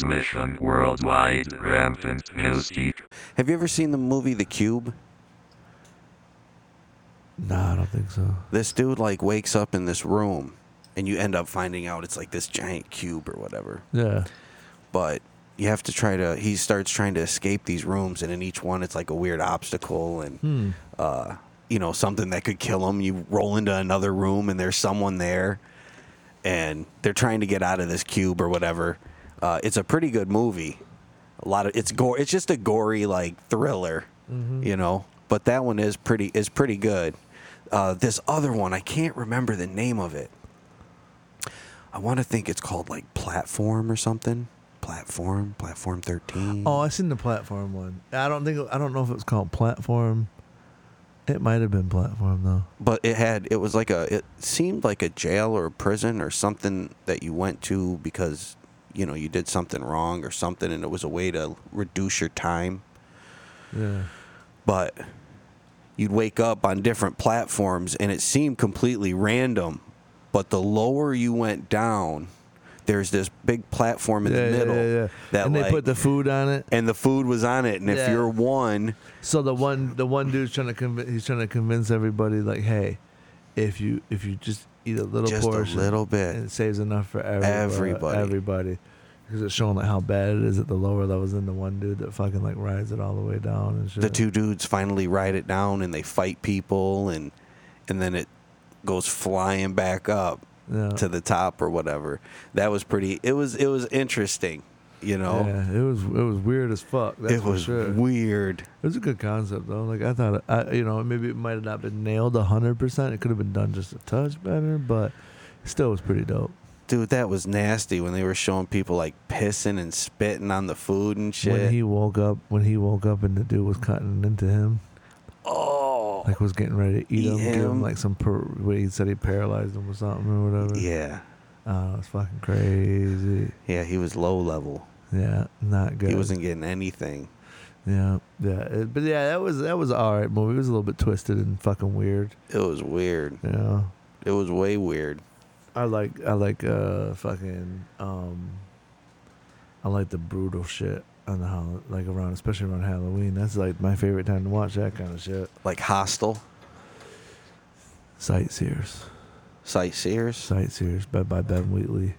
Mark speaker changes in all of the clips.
Speaker 1: Transmission worldwide rampant mystique.
Speaker 2: Have you ever seen the movie The Cube?
Speaker 3: No, I don't think so.
Speaker 2: This dude like wakes up in this room, and you end up finding out it's like this giant cube or whatever.
Speaker 3: Yeah.
Speaker 2: But you have to try to. He starts trying to escape these rooms, and in each one, it's like a weird obstacle and uh, you know something that could kill him. You roll into another room, and there's someone there, and they're trying to get out of this cube or whatever. Uh, it's a pretty good movie. A lot of it's gore. It's just a gory like thriller, you know. But that one is pretty is pretty good. Uh, this other one, I can't remember the name of it. I want to think it's called like platform or something. Platform, platform thirteen.
Speaker 3: Oh, I seen the platform one. I don't think I don't know if it was called platform. It might have been platform though.
Speaker 2: but it had it was like a it seemed like a jail or a prison or something that you went to because you know you did something wrong or something and it was a way to reduce your time
Speaker 3: Yeah.
Speaker 2: but you'd wake up on different platforms and it seemed completely random but the lower you went down there's this big platform in
Speaker 3: yeah,
Speaker 2: the middle
Speaker 3: yeah, yeah, yeah.
Speaker 2: that
Speaker 3: and they
Speaker 2: like-
Speaker 3: put the food on it.
Speaker 2: and the food was on it and if
Speaker 3: Yeah.
Speaker 2: you're one
Speaker 3: So the one the one dude's trying to convince he's trying to convince everybody like, hey, if you if you just eat a little
Speaker 2: Just a
Speaker 3: portion,
Speaker 2: little bit.
Speaker 3: and it saves enough for everybody,
Speaker 2: Everybody.
Speaker 3: everybody, because it's showing like how bad it is at the lower levels. And the one dude that fucking like rides it all the way down and shit.
Speaker 2: the two dudes finally ride it down and they fight people and and then it goes flying back up
Speaker 3: Yeah.
Speaker 2: to the top or whatever that was pretty it was it was interesting you know
Speaker 3: Yeah, it was it was weird as fuck. That's
Speaker 2: Oh. it
Speaker 3: for
Speaker 2: was
Speaker 3: sure.
Speaker 2: weird
Speaker 3: It was a good concept though. Like I thought, I you know maybe it might have not been nailed hundred percent. It could have been done just a touch better, but it still was pretty dope.
Speaker 2: dude that was nasty when they were showing people like pissing and spitting on the food and shit
Speaker 3: When he woke up, when he woke up and the dude was cutting into him,
Speaker 2: oh
Speaker 3: like was getting ready to eat
Speaker 2: Eat
Speaker 3: him, give
Speaker 2: him.
Speaker 3: him like some per- what he said he paralyzed him or something or whatever.
Speaker 2: yeah
Speaker 3: oh, it's fucking crazy.
Speaker 2: yeah he was low level
Speaker 3: Yeah, not good.
Speaker 2: he wasn't getting anything
Speaker 3: Yeah, yeah, It- but yeah, that was that was all right movie. It was a little bit twisted and fucking weird.
Speaker 2: it was weird
Speaker 3: You know.
Speaker 2: it was way weird
Speaker 3: I like I like uh fucking um I like the brutal shit on the hol- like around especially around Halloween. That's like my favorite time to watch that kind of shit.
Speaker 2: like hostile
Speaker 3: Sightseers.
Speaker 2: sightseers
Speaker 3: Sightseers by by Ben Wheatley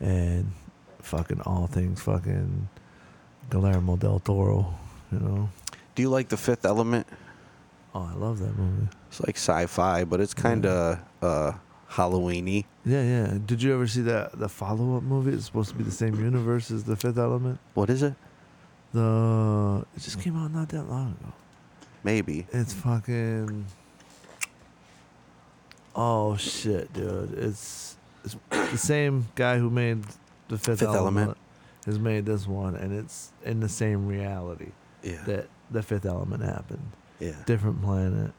Speaker 3: and fucking all things fucking Guillermo del Toro, you know.
Speaker 2: do you like the fifth element
Speaker 3: Oh, I love that movie.
Speaker 2: It's like sci-fi, but it's kind of uh, Halloweeny.
Speaker 3: Yeah, yeah. Did you ever see that the follow up movie? It's supposed to be the same universe as the fifth element.
Speaker 2: What is it?
Speaker 3: The it just came out not that long ago.
Speaker 2: Maybe.
Speaker 3: It's fucking. Oh shit, dude! It's, it's the same guy who made the Fifth,
Speaker 2: Fifth Element.
Speaker 3: has made this one, and it's in the same reality
Speaker 2: Yeah.
Speaker 3: that the Fifth Element happened.
Speaker 2: yeah.
Speaker 3: Different planet,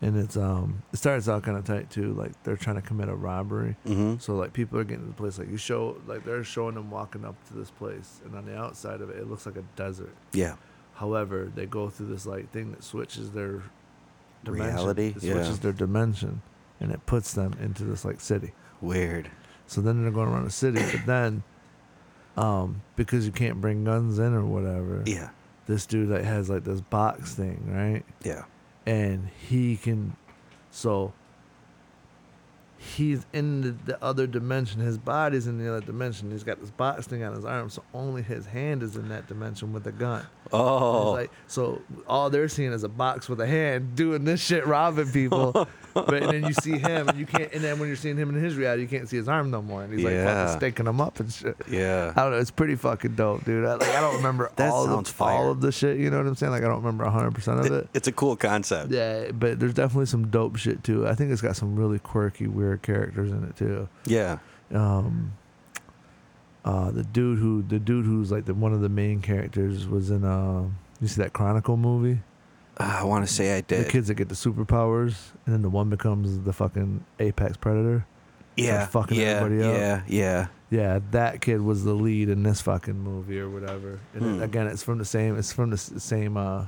Speaker 3: and it's um. It starts out kind of tight too. Like they're trying to commit a robbery,
Speaker 2: hmm
Speaker 3: so like people are getting to the place. Like you show, like they're showing them walking up to this place, and on the outside of it, it looks like a desert.
Speaker 2: Yeah.
Speaker 3: However, they go through this like thing that switches their dimension.
Speaker 2: Reality?
Speaker 3: It switches
Speaker 2: Yeah.
Speaker 3: their dimension, and it puts them into this like city.
Speaker 2: Weird.
Speaker 3: So then they're going around the city, but then, um, because you can't bring guns in or whatever,
Speaker 2: Yeah.
Speaker 3: this dude like has like this box thing, right?
Speaker 2: Yeah.
Speaker 3: And he can, so. He's in the, the other dimension. His body's in the other dimension. He's got this box thing on his arm, so only his hand is in that dimension with a gun. It's
Speaker 2: Oh.
Speaker 3: like, so all they're seeing is a box with a hand doing this shit, robbing people. but and then you see him, and you can't. And then when you're seeing him in his reality, you can't see his arm no more, and he's like
Speaker 2: Yeah.
Speaker 3: fucking staking him up and shit.
Speaker 2: yeah.
Speaker 3: I don't know. It's pretty fucking dope, dude. I, like I don't remember
Speaker 2: That
Speaker 3: all
Speaker 2: sounds
Speaker 3: of,
Speaker 2: fire.
Speaker 3: all of the shit. You know what I'm saying? Like I don't remember 100 percent of it.
Speaker 2: It- it's a cool concept.
Speaker 3: Yeah, but there's definitely some dope shit too. I think it's got some really quirky, weird characters in it too
Speaker 2: Yeah.
Speaker 3: um uh the dude who the dude who's like the one of the main characters was in uh you see that Chronicle movie?
Speaker 2: Ah, I want to say I did.
Speaker 3: The kids that get the superpowers and then the one becomes the fucking apex predator.
Speaker 2: yeah.
Speaker 3: are fucking
Speaker 2: yeah.
Speaker 3: everybody up.
Speaker 2: yeah. Yeah.
Speaker 3: Yeah, that kid was the lead in this fucking movie or whatever. And
Speaker 2: Hmm.
Speaker 3: it, again, it's from the same it's from the s- same uh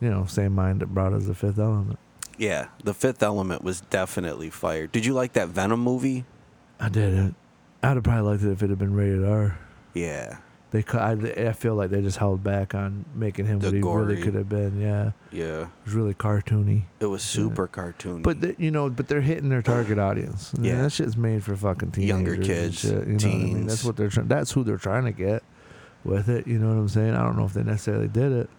Speaker 3: you know, same mind that brought us the fifth element.
Speaker 2: Yeah. The Fifth Element was definitely fired. Did you like that Venom movie?
Speaker 3: I did it. I'd have probably liked it if it had been rated R.
Speaker 2: Yeah.
Speaker 3: They cou- I, I feel like they just held back on making him
Speaker 2: The
Speaker 3: what he
Speaker 2: gory.
Speaker 3: really could have been. Yeah, it
Speaker 2: Yeah.
Speaker 3: was really cartoony.
Speaker 2: It was super cartoony.
Speaker 3: But they, you know, but they're hitting their target audience. And
Speaker 2: Yeah.
Speaker 3: that shit's made for fucking teenagers,
Speaker 2: Younger
Speaker 3: and
Speaker 2: kids,
Speaker 3: shit, you know what I mean?
Speaker 2: teens.
Speaker 3: That's what they're. Try- that's who they're trying to get with it. You know what I'm saying? I don't know if they necessarily did it,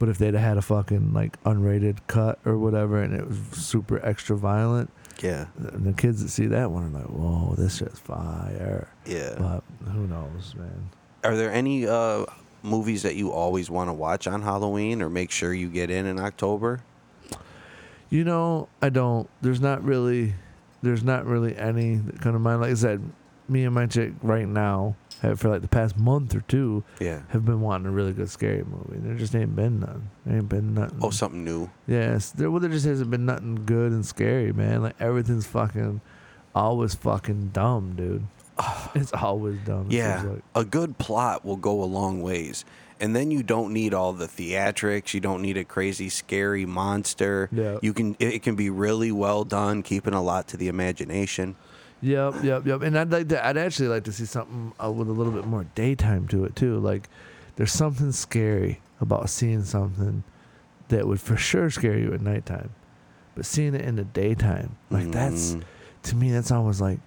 Speaker 3: but if they'd have had a fucking like unrated cut or whatever, and it was super extra violent,
Speaker 2: yeah.
Speaker 3: and the kids that see that one are like, "Whoa, this shit's fire!"
Speaker 2: Yeah.
Speaker 3: But who knows, man?
Speaker 2: Are there any uh, movies that you always want to watch on Halloween or make sure you get in in October?
Speaker 3: You know, I don't. There's not really, there's not really any that come to mind. Like I said, me and my chick right now have for like the past month or two
Speaker 2: Yeah.
Speaker 3: have been wanting a really good scary movie. There just ain't been none. There ain't been nothing.
Speaker 2: Oh, something new.
Speaker 3: yes. There, well, there just hasn't been nothing good and scary, man. Like everything's fucking, always fucking dumb, dude. It's always dumb. it
Speaker 2: Yeah.
Speaker 3: seems like.
Speaker 2: a good plot will go a long ways. And then you don't need all the theatrics. You don't need a crazy, scary monster.
Speaker 3: Yeah.
Speaker 2: You can it it can be really well done, keeping a lot to the imagination.
Speaker 3: Yep, yep, yep. And I'd like to. I'd actually like to see something uh, with a little bit more daytime to it too. Like, there's something scary about seeing something that would for sure scare you at nighttime, but seeing it in the daytime, like that's
Speaker 2: Mm.
Speaker 3: to me, that's always like,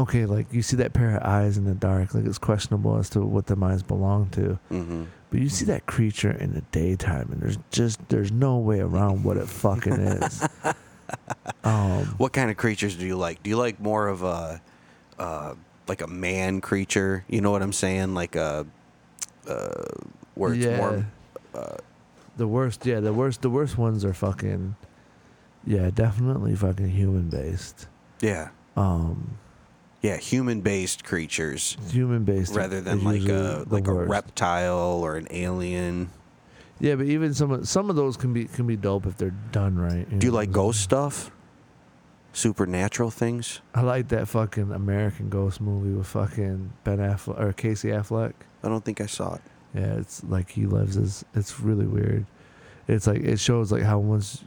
Speaker 3: okay, like you see that pair of eyes in the dark, like it's questionable as to what the eyes belong to.
Speaker 2: hmm
Speaker 3: But you see that creature in the daytime, and there's just there's no way around what it fucking is. Um,
Speaker 2: What kind of creatures do you like? Do you like more of a uh, like a man creature? You know what I'm saying? Like a uh, where it's more
Speaker 3: the worst, yeah, the worst, the worst ones are fucking, yeah, definitely fucking human based.
Speaker 2: yeah
Speaker 3: Um,
Speaker 2: yeah human based creatures
Speaker 3: human based
Speaker 2: rather than like a like a reptile or an alien.
Speaker 3: Yeah, but even some of some of those can be can be dope if they're done right.
Speaker 2: Do you
Speaker 3: know?
Speaker 2: like ghost stuff? Supernatural things?
Speaker 3: I like that fucking American Ghost movie with fucking Ben Affleck or Casey Affleck.
Speaker 2: I don't think I saw it.
Speaker 3: Yeah, it's like he lives as it's really weird. It's like it shows like how once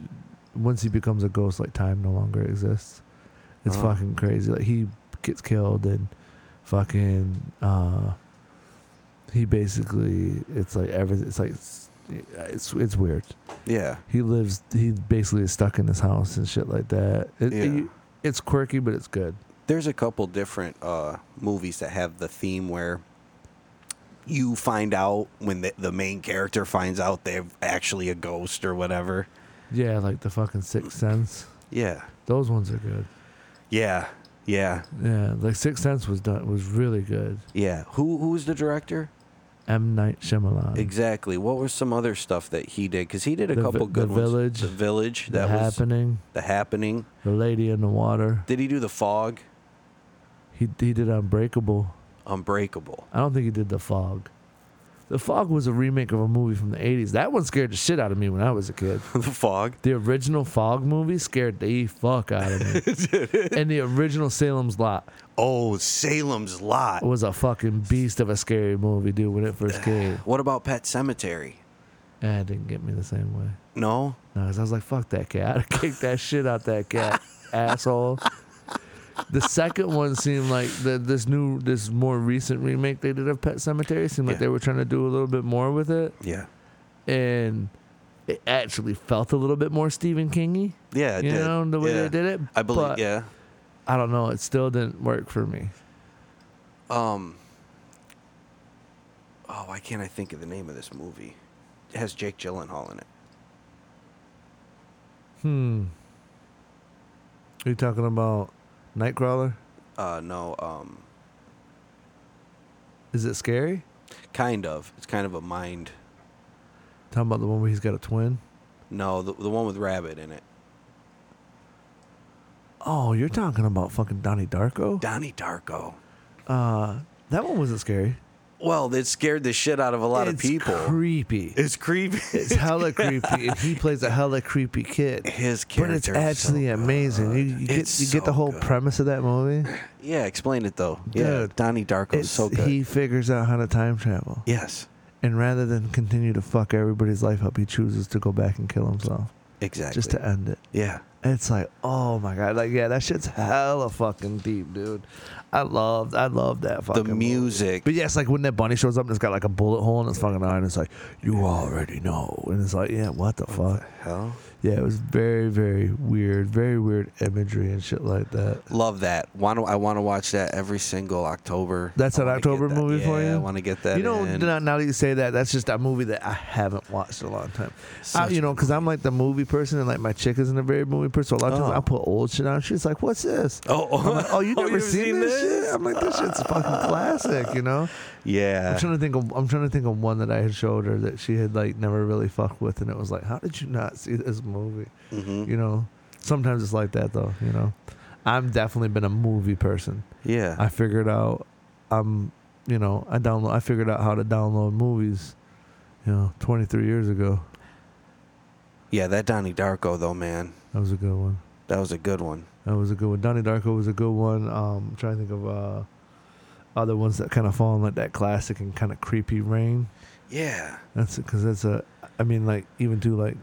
Speaker 3: once he becomes a ghost, like time no longer exists. It's
Speaker 2: Oh.
Speaker 3: fucking crazy. Like he gets killed and fucking uh he basically it's like everything it's like it's it's, it's weird.
Speaker 2: Yeah.
Speaker 3: He lives he basically is stuck in his house and shit like that. It,
Speaker 2: Yeah.
Speaker 3: it- it's quirky but it's good.
Speaker 2: There's a couple different uh, movies that have the theme where you find out when the, the main character finds out they're actually a ghost or whatever.
Speaker 3: Yeah, like the fucking Sixth Sense.
Speaker 2: Yeah.
Speaker 3: Those ones are good.
Speaker 2: Yeah. Yeah.
Speaker 3: Yeah, like Sixth Sense was done was really good.
Speaker 2: Yeah. Who who's the director?
Speaker 3: M Night Shyamalan.
Speaker 2: Exactly. What was some other stuff that he did? Because he did a
Speaker 3: Um, The Vi-
Speaker 2: couple good
Speaker 3: The
Speaker 2: ones.
Speaker 3: Village.
Speaker 2: The Village.
Speaker 3: The
Speaker 2: That was
Speaker 3: happening.
Speaker 2: the happening.
Speaker 3: The lady in the water.
Speaker 2: Did he do the fog?
Speaker 3: He he did Unbreakable.
Speaker 2: Unbreakable.
Speaker 3: I don't think he did The Fog. The Fog was a remake of a movie from the '80s. That one scared the shit out of me when I was a kid.
Speaker 2: the fog.
Speaker 3: The original Fog movie scared the fuck out of me. and the original Salem's Lot
Speaker 2: Oh, Salem's Lot.
Speaker 3: was a fucking beast of a scary movie, dude. When it first came,
Speaker 2: What about Pet Cemetery?
Speaker 3: and it didn't get me the same way.
Speaker 2: No.
Speaker 3: No, 'cause I was like, fuck that cat. I kicked that shit out that cat, asshole. The second one seemed like the, this new, this more recent remake they did of Pet Cemetery seemed like
Speaker 2: Yeah.
Speaker 3: they were trying to do a little bit more with it,
Speaker 2: Yeah.
Speaker 3: and it actually felt a little bit more Stephen Kingy.
Speaker 2: Yeah. it
Speaker 3: You
Speaker 2: did.
Speaker 3: know the way
Speaker 2: yeah.
Speaker 3: they did it.
Speaker 2: I believe.
Speaker 3: but
Speaker 2: yeah.
Speaker 3: I don't know. It still didn't work for me.
Speaker 2: Um. Oh, why can't I think of the name of this movie? It has Jake Gyllenhaal in it.
Speaker 3: Hmm. Are you talking about Nightcrawler?
Speaker 2: Uh, no. Um,
Speaker 3: Is it scary?
Speaker 2: kind of. It's kind of a mind.
Speaker 3: Talking about the one where he's got a twin.
Speaker 2: No, the, the one with Rabbit in it.
Speaker 3: Oh, you're talking about fucking Donnie Darko.
Speaker 2: Donnie Darko.
Speaker 3: Uh, that one wasn't scary.
Speaker 2: Well, it scared the shit out of a lot of
Speaker 3: It's
Speaker 2: people.
Speaker 3: Creepy.
Speaker 2: it's creepy.
Speaker 3: It's hella creepy, and he plays a hella creepy kid.
Speaker 2: His
Speaker 3: But it's
Speaker 2: character. is
Speaker 3: actually
Speaker 2: so
Speaker 3: amazing. You, you
Speaker 2: good.
Speaker 3: get
Speaker 2: It's
Speaker 3: you get
Speaker 2: so
Speaker 3: the whole
Speaker 2: good.
Speaker 3: premise of that movie.
Speaker 2: Yeah, explain it though. Yeah,
Speaker 3: Dude,
Speaker 2: Donnie Darko is
Speaker 3: It's,
Speaker 2: so good.
Speaker 3: He figures out how to time travel,
Speaker 2: yes.
Speaker 3: and rather than continue to fuck everybody's life up, he chooses to go back and kill himself.
Speaker 2: Exactly.
Speaker 3: just to end it.
Speaker 2: yeah.
Speaker 3: It's like, oh my god, like yeah, that shit's hella fucking deep, dude. I love, I love that
Speaker 2: The
Speaker 3: fucking movie.
Speaker 2: music.
Speaker 3: But yeah, it's like when that bunny shows up and it's got like a bullet hole in its fucking eye, and it's like, you already know. And it's like, yeah, what the fuck?
Speaker 2: Hell.
Speaker 3: Yeah, it was very, very weird, very weird imagery and shit like that.
Speaker 2: Love that. Want to, I want to watch that every single October.
Speaker 3: That's
Speaker 2: I
Speaker 3: an
Speaker 2: wanna get
Speaker 3: October
Speaker 2: that-
Speaker 3: movie for
Speaker 2: yeah, I
Speaker 3: you?
Speaker 2: want to get that.
Speaker 3: you know,
Speaker 2: in.
Speaker 3: now, now that you say that, that's just a movie that I haven't watched in a long time. I,
Speaker 2: Such
Speaker 3: you
Speaker 2: a
Speaker 3: know, because I'm like the movie person, and like my chick isn't a very movie person. So a lot of times
Speaker 2: Oh.
Speaker 3: I put old shit on. She's like, "What's this?"
Speaker 2: Oh, oh,
Speaker 3: I'm like, oh, you never seen, this? shit? I'm like, this shit's fucking classic, you know. I'm
Speaker 2: Yeah.
Speaker 3: trying to think of I'm trying to think of one that I had showed her that she had like never really fucked with, and it was like, how did you not see this movie?
Speaker 2: Mhm.
Speaker 3: You know, sometimes it's like that though. You know, I'm definitely been a movie person.
Speaker 2: Yeah.
Speaker 3: I figured out I'm you know I download I figured out how to download movies, you know, 23 years ago.
Speaker 2: yeah. That Donnie Darko though, man,
Speaker 3: That was a good one.
Speaker 2: that was a good one.
Speaker 3: That was a good one. Donnie Darko was a good one. Um, I'm trying to think of uh, other ones that kind of fall in like that classic and kind of creepy reign.
Speaker 2: Yeah.
Speaker 3: That's because that's a. I mean, like even too like,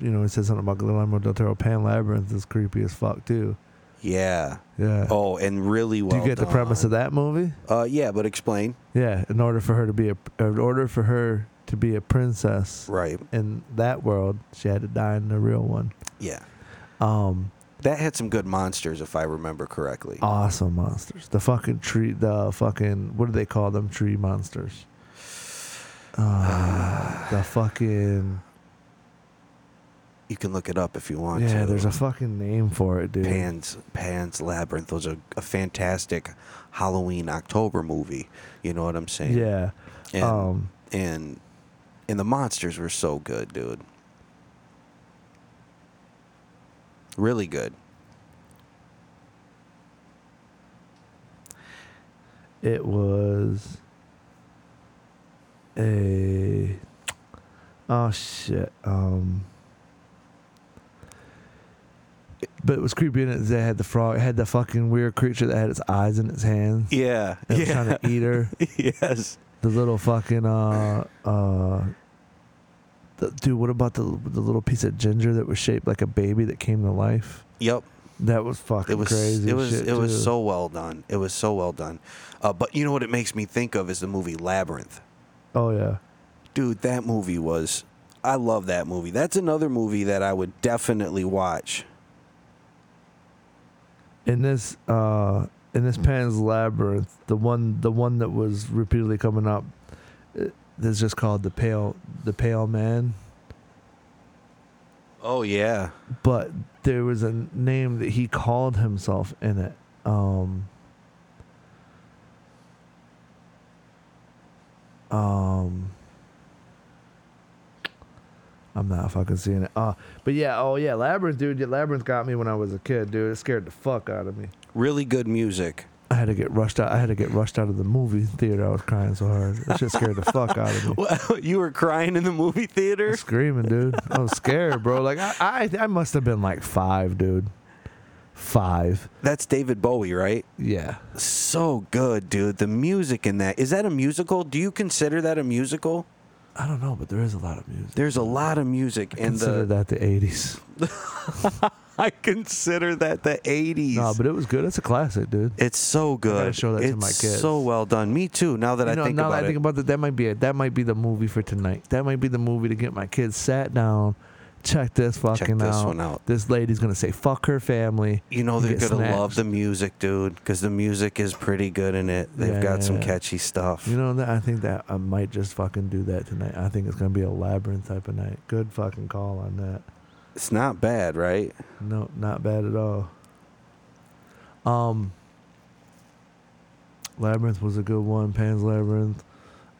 Speaker 3: you know, it says something about Guillermo del Toro. Pan Labyrinth is creepy as fuck too.
Speaker 2: Yeah.
Speaker 3: Yeah.
Speaker 2: Oh, and really well.
Speaker 3: Do you get the premise of that movie?
Speaker 2: that? Uh, yeah, but explain.
Speaker 3: Yeah. In order for her to be a, in order for her to be a princess
Speaker 2: Right.
Speaker 3: in that world, she had to die in the real one.
Speaker 2: Yeah.
Speaker 3: Um,
Speaker 2: That had some good monsters, if I remember correctly.
Speaker 3: Uh, awesome monsters. The fucking tree, the fucking what do they call them? Tree monsters. Uh, the fucking
Speaker 2: You can look it up if you want to.
Speaker 3: yeah. There's a fucking name for it, dude.
Speaker 2: Pan's Pan's Labyrinth was a, a fantastic Halloween October movie. You know what I'm saying?
Speaker 3: Yeah.
Speaker 2: And,
Speaker 3: um.
Speaker 2: and and the monsters were so good, dude. Really good.
Speaker 3: It was a oh shit. Um, but it was creepy in it. They had the frog. It had the fucking weird creature that had its eyes in its hands.
Speaker 2: Yeah.
Speaker 3: It was trying to eat her.
Speaker 2: yes.
Speaker 3: The little fucking uh uh. The, dude, what about the the little piece of ginger that was shaped like a baby that came to life?
Speaker 2: Yep.
Speaker 3: That was fucking
Speaker 2: It was
Speaker 3: crazy.
Speaker 2: it was
Speaker 3: shit,
Speaker 2: it was
Speaker 3: too.
Speaker 2: so well done. It was so well done. Uh, but you know what it makes me think of is the movie Labyrinth.
Speaker 3: Oh yeah.
Speaker 2: Dude, that movie was I love that movie. That's another movie that I would definitely watch.
Speaker 3: in this uh in this pan's labyrinth the one the one that was repeatedly coming up uh, that's just called the pale the pale man
Speaker 2: Oh yeah.
Speaker 3: but there was a name that he called himself in it um um I'm not fucking seeing it. Uh, but yeah, oh yeah, Labyrinth, dude. Yeah, Labyrinth got me when I was a kid, dude. It scared the fuck out of me.
Speaker 2: Really good music.
Speaker 3: I had to get rushed out. I had to get rushed out of the movie theater. I was crying so hard. That shit scared the fuck out of me.
Speaker 2: Well, you were crying in the movie
Speaker 3: I
Speaker 2: theater?
Speaker 3: was screaming, dude. I was scared, bro. Like I, I, I must have been like five, dude. Five.
Speaker 2: That's David Bowie, right?
Speaker 3: Yeah.
Speaker 2: So good, dude. The music in that. Is that a musical? Do you consider that a musical?
Speaker 3: I don't know, but there is a lot of music.
Speaker 2: There's a lot of music in
Speaker 3: Consider
Speaker 2: the
Speaker 3: that the '80s.
Speaker 2: I consider that the 80s.
Speaker 3: No, but it was good. It's a classic, dude.
Speaker 2: it's so good.
Speaker 3: show that to
Speaker 2: it's
Speaker 3: my kids.
Speaker 2: so well done. Me too. Now that
Speaker 3: You
Speaker 2: I
Speaker 3: know,
Speaker 2: think
Speaker 3: now
Speaker 2: about
Speaker 3: that I
Speaker 2: it.
Speaker 3: think about that, that might be it. That might be the movie for tonight. That might be the movie to get my kids sat down, check this fucking
Speaker 2: this
Speaker 3: out.
Speaker 2: one out.
Speaker 3: This lady's gonna say fuck her family.
Speaker 2: you know
Speaker 3: and
Speaker 2: they're
Speaker 3: get
Speaker 2: gonna love
Speaker 3: snatched.
Speaker 2: the music, dude, because the music is pretty good in it. They've
Speaker 3: Yeah,
Speaker 2: got some
Speaker 3: yeah.
Speaker 2: catchy stuff.
Speaker 3: You know that I think that I might just fucking do that tonight. I think it's gonna be a labyrinth type of night. Good fucking call on that.
Speaker 2: it's not bad, right?
Speaker 3: No, not bad at all. Um, labyrinth was a good one. Pan's labyrinth.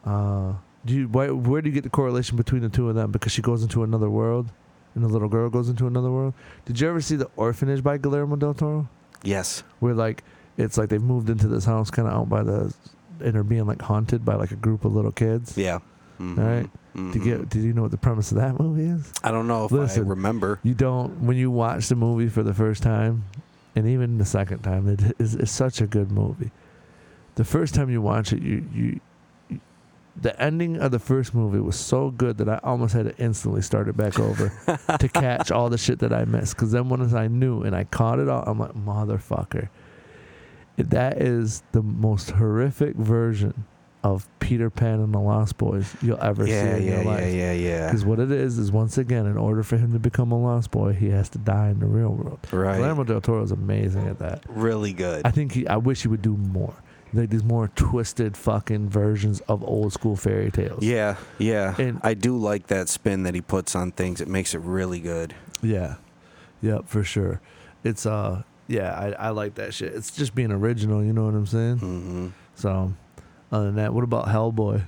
Speaker 3: Uh, do you why, where do you get the correlation between the two of them? Because she goes into another world, and the little girl goes into another world. Did you ever see the orphanage by Guillermo del Toro?
Speaker 2: Yes.
Speaker 3: where like it's like they've moved into this house kind of out by the and are being like haunted by like a group of little kids.
Speaker 2: Yeah. Mhm.
Speaker 3: Alright. Do you
Speaker 2: Mhm.
Speaker 3: get? Do you know what the premise of that movie is?
Speaker 2: I don't know if
Speaker 3: Listen.
Speaker 2: I remember.
Speaker 3: You don't. When you watch the movie for the first time, and even the second time, it is it's such a good movie. The first time you watch it, you you the ending of the first movie was so good that I almost had to instantly start it back over to catch all the shit that I missed. Because then once I knew and I caught it all, I'm like, motherfucker, that is the most horrific version of Peter Pan and the Lost Boys you'll ever
Speaker 2: yeah,
Speaker 3: see in
Speaker 2: yeah,
Speaker 3: your life.
Speaker 2: yeah, yeah, yeah.
Speaker 3: Because what it is is once again, in order for him to become a lost boy, he has to die in the real world.
Speaker 2: Right.
Speaker 3: Guillermo del Toro is amazing at that.
Speaker 2: Really good.
Speaker 3: I think he, I wish he would do more. Like these more twisted fucking versions of old school fairy tales.
Speaker 2: Yeah, yeah.
Speaker 3: And-
Speaker 2: I do like that spin that he puts on things. It makes it really good.
Speaker 3: yeah, yep, for sure. It's uh, yeah, I, I like that shit. It's just being original. You know what I'm saying?
Speaker 2: hmm
Speaker 3: So, other than that, what about Hellboy?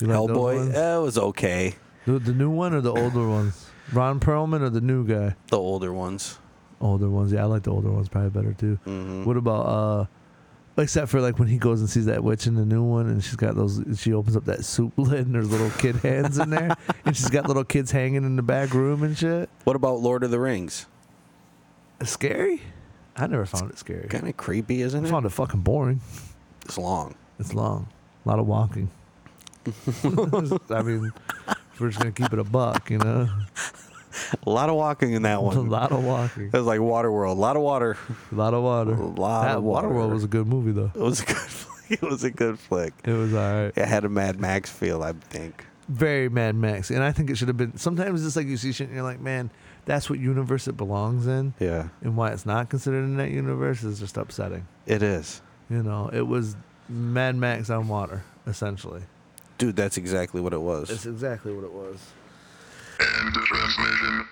Speaker 3: You like those
Speaker 2: Hellboy, eh.
Speaker 3: ones?
Speaker 2: that was okay.
Speaker 3: the, the new one or the older ones? Ron Perlman or the new guy?
Speaker 2: The older ones.
Speaker 3: Older ones. Yeah, I like the older ones probably better too.
Speaker 2: hmm
Speaker 3: What about uh except for like when he goes and sees that witch in the new one and she's got those she opens up that soup lid and there's little kid hands in there and she's got little kids hanging in the back room and shit.
Speaker 2: What about Lord of the Rings?
Speaker 3: It's scary? I never found it scary.
Speaker 2: Kind of creepy,
Speaker 3: I
Speaker 2: isn't it?
Speaker 3: found it fucking boring.
Speaker 2: It's long.
Speaker 3: It's long. A lot of walking. I mean we're just gonna keep it a buck, you know?
Speaker 2: A lot of walking in that
Speaker 3: A
Speaker 2: one.
Speaker 3: lot of walking.
Speaker 2: It was like Waterworld. A lot of water.
Speaker 3: A lot of water.
Speaker 2: A lot
Speaker 3: that
Speaker 2: of
Speaker 3: Waterworld
Speaker 2: water.
Speaker 3: was a good movie though.
Speaker 2: It was a good. Flick. It was a good flick.
Speaker 3: It was alright.
Speaker 2: It had a Mad Max feel, I think.
Speaker 3: very Mad Max, and I think it should have been. Sometimes it's like you see shit, and you're like, man, that's what universe it belongs in,
Speaker 2: Yeah,
Speaker 3: and why it's not considered in that universe is just upsetting.
Speaker 2: it is,
Speaker 3: You know, it was Mad Max on water, essentially.
Speaker 2: dude. That's exactly what it was.
Speaker 3: It's exactly what it was.
Speaker 4: End of transmission.